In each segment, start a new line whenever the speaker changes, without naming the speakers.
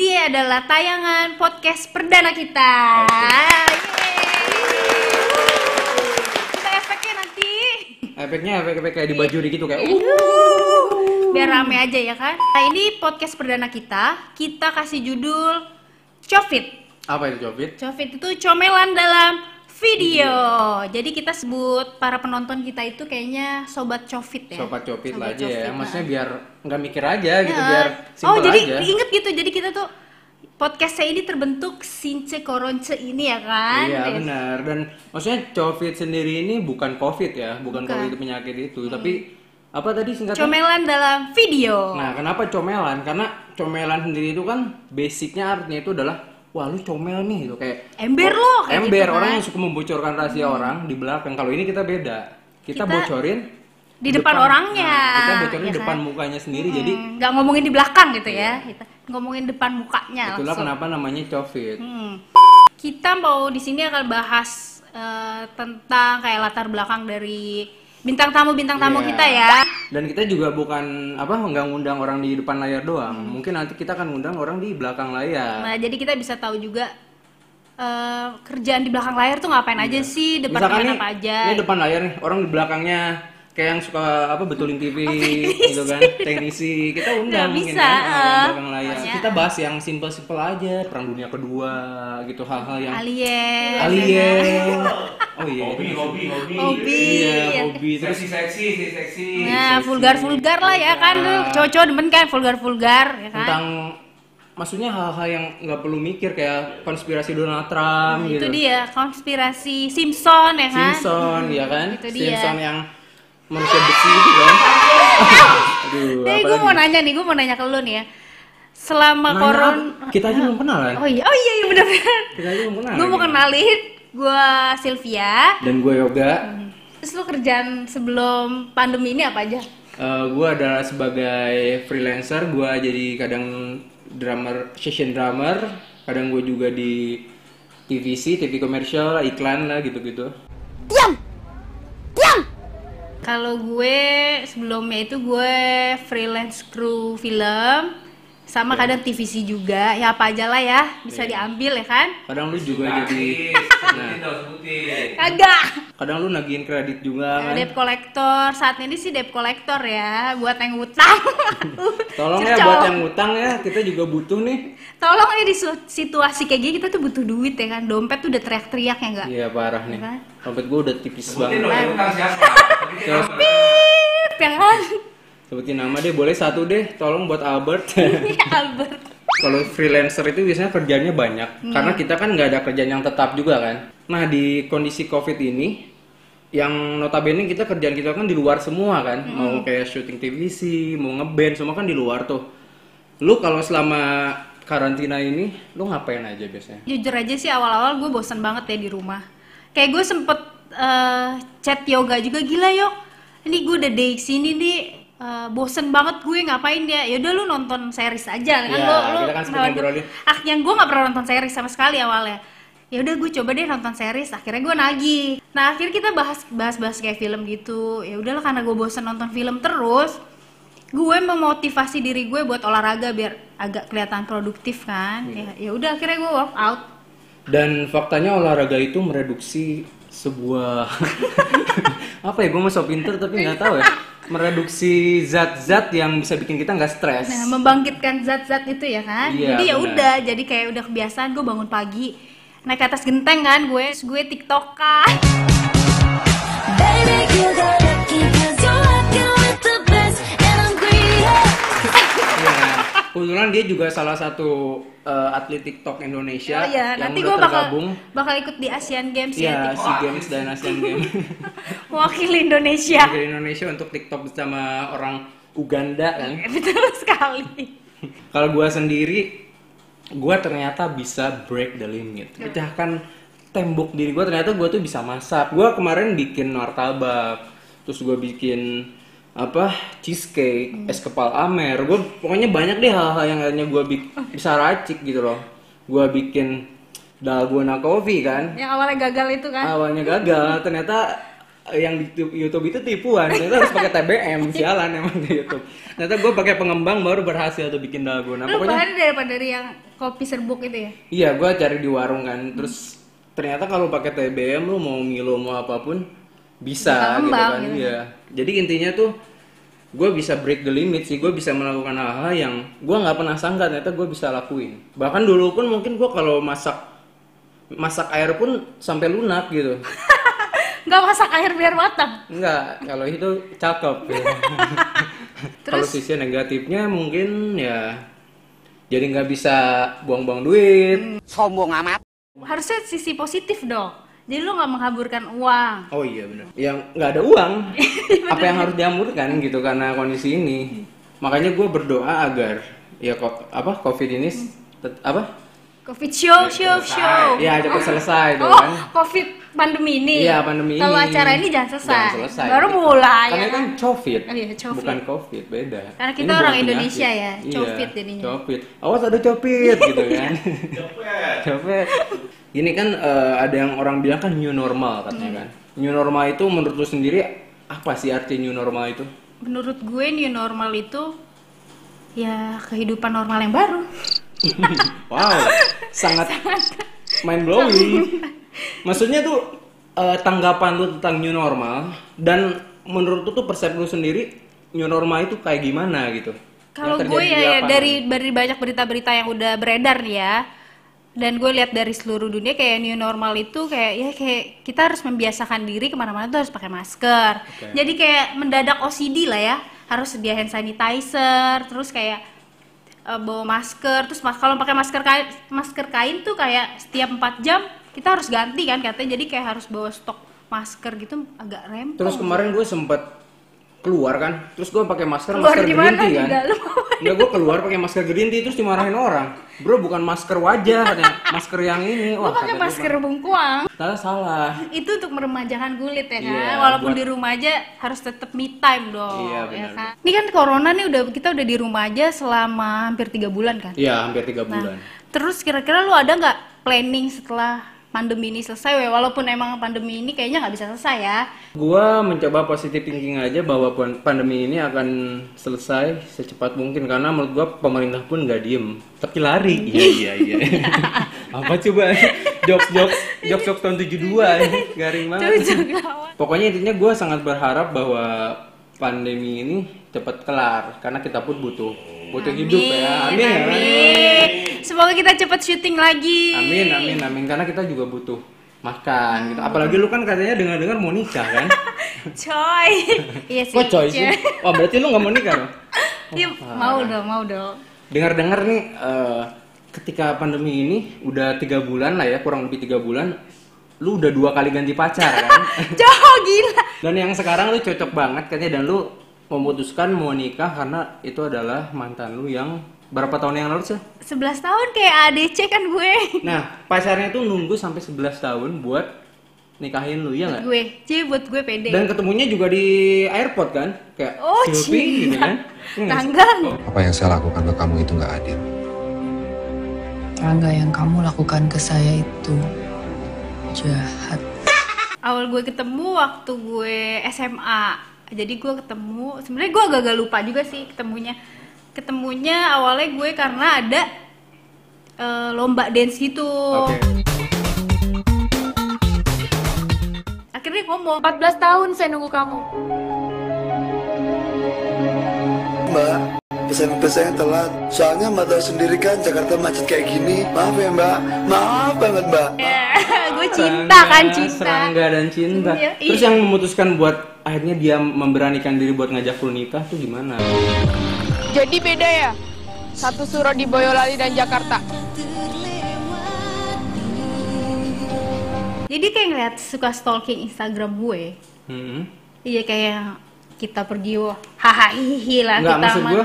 adalah tayangan podcast perdana kita. Yeay. Kita efeknya nanti
Efeknya efek efek kayak di baju dikit tuh kayak uh.
biar rame aja ya kan. Nah, ini podcast perdana kita. Kita kasih judul Covit.
Apa itu Jobit?
Covit itu comelan dalam video. Jadi kita sebut para penonton kita itu kayaknya sobat Covit ya.
Sobat Jobit lah
Sobat
aja ya.
Covit,
Maksudnya biar nggak mikir aja gitu
Heeh.
biar
Oh
simpel
jadi
aja.
inget gitu jadi kita tuh podcast saya ini terbentuk since koronce ini ya kan?
Iya
Yes.
benar. Dan maksudnya Covid sendiri ini bukan Covid ya, bukan
Bukan.
Covid penyakit itu, tapi apa tadi singkatnya?
Comelan dalam video.
Nah, kenapa comelan? Karena comelan sendiri itu kan basicnya artinya itu adalah wah lu comel nih gitu kayak
Ember lo, kayak
ember
gitu kan.
orang yang suka membocorkan rahasia orang di belakang. Kalau ini kita beda. Kita,
Kita
bocorin
di depan orangnya,
Nah, kita bocorin
ya
di depan mukanya sendiri. Jadi
Hmm, nggak ngomongin di belakang gitu
Iya.
ya. Kita ngomongin depan mukanya
itulah
langsung.
kenapa namanya Covid.
Hmm. Kita mau di sini akan bahas eh, tentang kayak latar belakang dari bintang tamu bintang tamu
Iya.
kita ya.
Dan kita juga bukan apa nggak ngundang orang di depan layar doang.
Hmm.
Mungkin nanti kita akan ngundang orang di belakang layar.
Nah, jadi kita bisa tahu juga eh, kerjaan di belakang layar tuh ngapain aja sih, departemen
nih,
apa aja.
Iya. Ini depan layar nih, orang di belakangnya kayak yang suka apa betulin TV gitu kan, teknisi. Kita
Oh, Nggak
undang mungkin
bisa,
kan, orang di
eh.
belakang layar. Kita bahas yang simpel-simpel aja, perang dunia kedua gitu hal-hal yang
Alien,
alien. Oh iya.
hobi hobi hobi
hobi.
Iya, hobi terus
seksi seksi seksi seksi
Nah, vulgar-vulgar lah ya kan, lu cowok-cowok demen kan vulgar-vulgar ya kan.
tentang maksudnya hal-hal yang nggak perlu mikir kayak konspirasi Donald Trump
Nah,
gitu.
Itu dia konspirasi Simpson ya kan.
Simpson ya kan?
Itu dia.
Simpson yang manusia besi itu kan. Aduh,
Nih,
apa
gue mau nanya nih, gue mau nanya ke lu nih ya. Selama
Nanya
koron
apa? Kita aja belum kenal ya.
Oh iya, oh iya, iya bener
Kita aja belum kenal.
Gue mau
ya.
kenalin, gue Sylvia.
Dan gue Yoga.
Terus lu kerjaan sebelum pandemi ini apa aja?
Eh, gue adalah sebagai freelancer. Gue jadi kadang drummer, session drummer. Kadang gue juga di TVC, TV komersial, iklan lah gitu-gitu.
Kalau gue sebelumnya itu gue freelance kru film sama kadang TVC juga ya apa aja lah ya bisa diambil ya kan
Kadang lu juga jadi,
sebutin sebutin dong sebutin
kagak
kadang lu nagihin kredit juga kan.
debt collector saat ini sih debt collector ya buat yang utang
Tolong ya
Cocok.
buat yang utang ya, kita juga butuh nih.
tolong ini di su- situasi kayak gini kita tuh butuh duit ya kan dompet tuh udah teriak-teriak ya enggak
Iya parah nih.
Apa?
Dompet gue udah tipis
sebutin
banget.
dong ini tentang siapa sebutin dong
ya kan
Sebutin nama deh, boleh satu deh. Tolong buat Albert.
Iya, Albert
Kalau freelancer itu biasanya kerjanya banyak, karena kita kan nggak ada kerjaan yang tetap juga kan. Nah di kondisi covid ini, yang notabene kita kerjaan kita kan di luar semua kan, mau kayak syuting TVC, mau ngeband, semua kan di luar tuh. Lu kalau selama karantina ini, lu ngapain aja biasanya?
jujur aja sih awal-awal gue bosen banget ya di rumah kayak gue sempet eh, chat yoga juga gila yok ini gue udah day sini nih eh, bosen banget gue ngapain ya yaudah lu nonton series aja kan
Iya,
lo lo
kita kan sempet
nawarin-
ngobrolin.
ah yang gue nggak pernah nonton series sama sekali awalnya ya udah gue coba deh nonton series akhirnya gue nagih nah akhirnya kita bahas bahas bahas kayak film gitu ya udahlah karena gue bosen nonton film terus gue memotivasi diri gue buat olahraga biar agak kelihatan produktif kan ya
Iya.
ya udah akhirnya gue workout
Dan faktanya olahraga itu mereduksi sebuah apa ya? Gue mau so pinter tapi nggak tahu ya. Mereduksi zat-zat yang bisa bikin kita nggak stres.
nah membangkitkan zat-zat itu ya kan
Iya,
jadi ya
benar.
udah jadi kayak udah kebiasaan gue bangun pagi naik ke atas genteng kan gue Terus gue tiktokan
Baby, you got lucky cause you're rocking with the best And I'm greedy
Iya. Kebetulan dia juga salah satu eh, atlet TikTok Indonesia
oh ya
yang
nanti
udah
gue bakal
tergabung.
bakal ikut di Asian Games ya
Iya,
TikTok.
SEA Games dan Asian Games
mewakili Indonesia
dari Indonesia untuk TikTok bersama orang Uganda kan.
betul sekali
Kalau gua sendiri, gua ternyata bisa break the limit. Pecahkan tembok diri gua ternyata gua tuh bisa masak. Gua kemarin bikin martabak, terus gua bikin apa cheesecake, es kepal amer. Gua pokoknya banyak deh hal-hal yang akhirnya gua bik- bisa racik gitu loh. Gua bikin dalgona coffee kan.
yang awalnya gagal itu kan
Awalnya gagal, ternyata eh, yang di YouTube- YouTube itu tipuan ternyata harus pakai TBM sialan emang di YouTube ternyata gue pakai pengembang baru berhasil tuh bikin lagu nah
Lu
pokoknya
bahannya daripada dari yang kopi serbuk itu ya?
Iya, gua cari di warung kan. Terus ternyata kalau pakai TBM lu mau ngilu mau apapun
Bisa
bisa gitu
ngembang
kan.
gitu.
Iya. Jadi intinya tuh gue bisa break the limit sih. Gue bisa melakukan hal-hal yang gue nggak pernah sangka ternyata gue bisa lakuin. Bahkan dulu pun mungkin gue kalau masak masak air pun sampai lunak gitu.
Nggak masak air biar matang.
Enggak, kalau itu cakep. ya. kalau sisi negatifnya mungkin ya jadi nggak bisa buang-buang duit.
sombong amat.
Harusnya sisi positif dong. Jadi lu nggak menghaburkan uang.
Oh iya benar. Yang nggak ada uang,
Iya,
apa yang harus dihamburkan gitu karena kondisi ini. Makanya gue berdoa agar ya kok apa covid ini s- tet- apa
Covid show, show,
Iya,
show.
ya cepat selesai tuh
Oh,
kan.
covid pandemi ini.
Iya pandemi
Kalau
ini.
acara ini jangan selesai.
Jangan selesai.
Baru
gitu.
mulai.
Karena
ya
kan covid,
Oh, iya, covid.
bukan covid beda.
Karena kita
Ini bukan
orang Indonesia
penyakit.
ya, covid jadinya.
Covid. Awas ada covid gitu kan.
Cepet.
Capek. Gini kan eh, ada yang orang bilang kan new normal
Hmm.
katanya kan. New normal itu menurut lu sendiri apa sih arti new normal itu?
Menurut gue new normal itu ya kehidupan normal yang baru.
Wow, sangat mind blowing. Maksudnya tuh eh, tanggapan lu tentang new normal dan menurut lu tuh persepsi lu sendiri new normal itu kayak gimana gitu?
Kalau
Yang
gue
terjadi
ya,
di
ya
lapangan.
dari dari banyak berita-berita yang udah beredar nih ya. Dan gue lihat dari seluruh dunia kayak new normal itu kayak ya kayak kita harus membiasakan diri kemana-mana tuh harus pakai masker. Jadi kayak mendadak OCD lah ya. Harus sedia hand sanitizer, terus kayak eh, bawa masker. Terus mas- kalau pakai masker kain, masker kain tuh kayak setiap 4 jam kita harus ganti kan katanya. Jadi kayak harus bawa stok masker gitu agak rempong.
Terus kemarin gue sempet keluar kan, terus gue pakai masker
Keluar
masker
di mana?
gerinti
Di
kan.
dalam.
Enggak gue keluar pakai masker gerinti terus dimarahin orang. Bro bukan masker wajah katanya, masker yang ini.
gue
Wah,
pakai
kata dia,
masker bungkuang.
Salah salah.
itu untuk meremajakan kulit ya kan
Iya,
walaupun
buat-
di rumah aja harus tetap me time dong
Iya,
ya
benar.
kan ini kan corona nih udah kita udah di rumah aja selama hampir tiga bulan kan
Iya hampir tiga
nah
bulan.
terus kira-kira lu ada nggak planning setelah pandemi ini selesai weh? walaupun emang pandemi ini kayaknya nggak bisa selesai ya
Gua mencoba positive thinking aja bahwa pan- pandemi ini akan selesai secepat mungkin karena menurut gua pemerintah pun nggak diem, tapi lari. Iya iya iya. Apa coba jokes jokes jokes jokes tahun 72 ini garing banget.
Cocok lawan.
Pokoknya intinya gua sangat berharap bahwa pandemi ini cepat kelar karena kita pun butuh butuh hidup ya. Amin ya.
amin. semoga kita cepet syuting lagi
Amin amin amin karena kita juga butuh makan gitu. Apalagi lu kan katanya dengar-dengar mau nikah kan?
coy iya sih
Kok coy Oh, sih?
coy.
Wah berarti lu nggak mau nikah dong?
Iya, mau dong mau dong
Dengar-dengar nih, eh, ketika pandemi ini udah tiga bulan lah ya, kurang lebih tiga bulan, lu udah dua kali ganti pacar kan?
coy gila
dan yang sekarang lu cocok banget katanya dan lu memutuskan mau nikah karena itu adalah mantan lu yang berapa tahun yang lalu sih?
11 tahun kayak ADC kan gue
Nah, pacarnya tuh nunggu sampai 11 tahun buat nikahin lu ya nggak?
gue jadi buat gue pede
Dan ketemunya juga di airport kan? Kayak
oh
Shopee gitu
cinta
kan? Iya nggak sih?
tanggang
Apa yang saya lakukan ke kamu itu nggak adil.
Rangga yang kamu lakukan ke saya itu jahat.
awal gue ketemu waktu gue SMA jadi gue ketemu sebenarnya gue agak-agak lupa juga sih ketemunya ketemunya awalnya gue karena ada eh, lomba dance gitu
Oke.
akhirnya ngomong
14 tahun saya nunggu kamu.
Mbak, SMP saya telat. Soalnya Mbak tahu sendiri kan Jakarta macet kayak gini. Maaf ya Mbak, maaf banget Mbak.
gue cinta kan
Serangga,
cinta
serangga dan cinta
Iya,
terus
iya.
yang memutuskan buat akhirnya dia memberanikan diri buat ngajak lu nikah tuh gimana
Jadi beda ya? Satu surat di Boyolali dan Jakarta.
jadi kayak ngeliat suka stalking Instagram gue
hmm.
iya kayak kita pergi wah hahaha hihi lah
nggak
Nah, kita
maksud
mah.
gua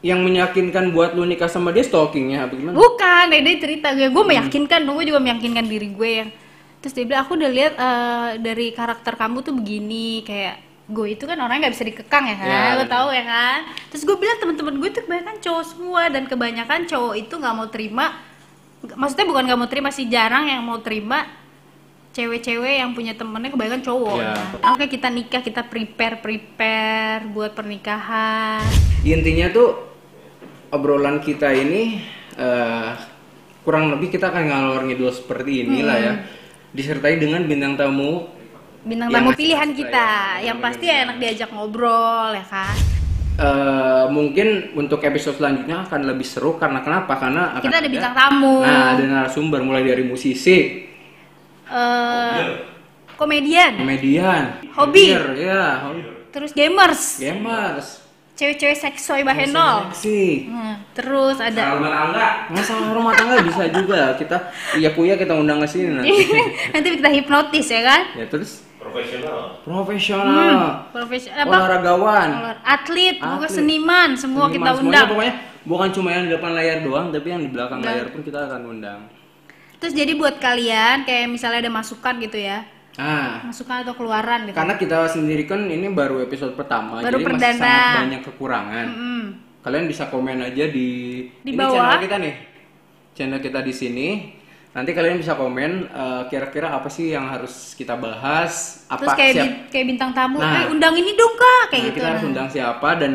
yang meyakinkan buat lu nikah sama dia stalkingnya apa gimana
Bukan, eh, dia cerita gue, gue meyakinkan dong, gue juga meyakinkan diri gue yang Terus dia bilang, aku udah lihat eh, dari karakter kamu tuh begini Kayak gue itu kan orangnya gak bisa dikekang ya kan,
Ya,
lo
bener.
tau ya kan Terus gue bilang temen-temen gue tuh kebanyakan cowok semua Dan kebanyakan cowok itu gak mau terima Maksudnya bukan gak mau terima sih, jarang yang mau terima cewek-cewek yang punya temennya kebanyakan cowok.
Iya.
Nah, Oke kita nikah kita prepare prepare buat pernikahan.
intinya tuh obrolan kita ini eh, kurang lebih kita akan ngalor ngidul seperti inilah ya
Hmm.
disertai dengan bintang tamu
Bintang
Yang
tamu
ngasih
pilihan
kita,
kita,
ya.
yang pasti ya enak diajak ngobrol ya kan.
Eh, mungkin untuk episode selanjutnya akan lebih seru karena kenapa karena akan
Kita ada bintang tamu.
nah ada narasumber mulai dari musisi
Eh, komedian,
komedian
Hobi.
engineer, ya hobi.
terus gamers,
gamers
cewek-cewek seksoy
Iya,
bahenol.
sih
Hmm, terus ada
Kalau Angga,
masalah rumah tangga bisa juga kita iya puya kita undang ke sini nanti
Iya. nanti kita hipnotis ya kan?
ya terus
profesional.
profesional
Profesional Hmm. apa?
olahragawan
Olah- Atlet, bukan
Atlet.
seniman, semua
Seniman
kita
semuanya,
undang. Nah.
pokoknya bukan cuma yang di depan layar doang tapi yang di belakang layar pun kita akan undang
Terus jadi buat kalian kayak misalnya ada masukan gitu ya,
ah
masukan atau keluaran gitu.
karena kita sendiri kan ini baru episode pertama
Baru
jadi
perdana.
masih sangat banyak kekurangan
Hmm.
kalian bisa komen aja di
Di
ini
bawah.
channel kita nih channel kita di sini nanti kalian bisa komen eh, kira-kira apa sih yang harus kita bahas apa
Terus kayak
siap-
bin- kayak bintang tamu,
Nah.
eh undang ini dong kak, kayak
Nah,
gitu.
kita harus
Nah.
undang siapa dan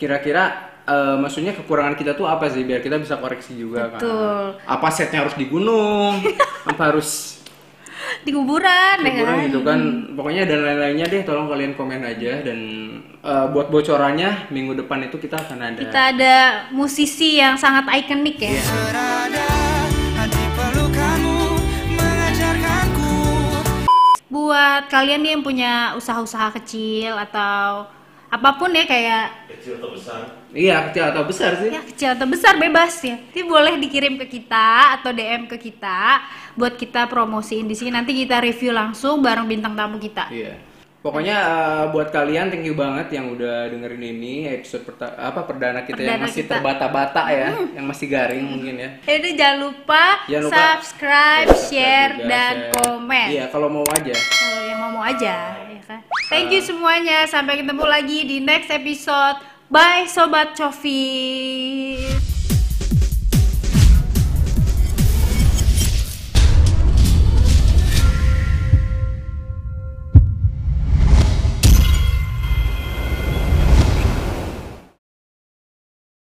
kira-kira eh, maksudnya kekurangan kita tuh apa sih biar kita bisa koreksi juga
Betul.
kan apa setnya harus di gunung apa harus
Di kuburan, ya
liburan
kan?
gitu kan pokoknya dan lain-lainnya deh tolong kalian komen aja dan eh, buat bocorannya minggu depan itu kita akan ada
Kita ada musisi yang sangat ikonik ya.
Iya.
Buat kalian nih yang punya usaha-usaha kecil atau apapun ya kayak
Kecil atau besar?
iya kecil atau besar sih
ya kecil atau besar bebas ya. Jadi boleh dikirim ke kita atau DM ke kita buat kita promosiin di sini. Nanti kita review langsung bareng bintang tamu kita.
Iya. Pokoknya eh, buat kalian thank you banget yang udah dengerin ini episode perta- apa perdana kita yang
Perdana
masih
kita.
terbata-bata ya, yang masih garing mungkin ya.
Jadi jangan lupa,
Jangan lupa ya,
subscribe,
Subscribe
share,
juga,
dan
share.
komen.
Iya, kalau mau aja.
Kalau yang mau mau aja, ya kan. Thank you semuanya. Sampai ketemu lagi di next episode. Bye sobat Covis.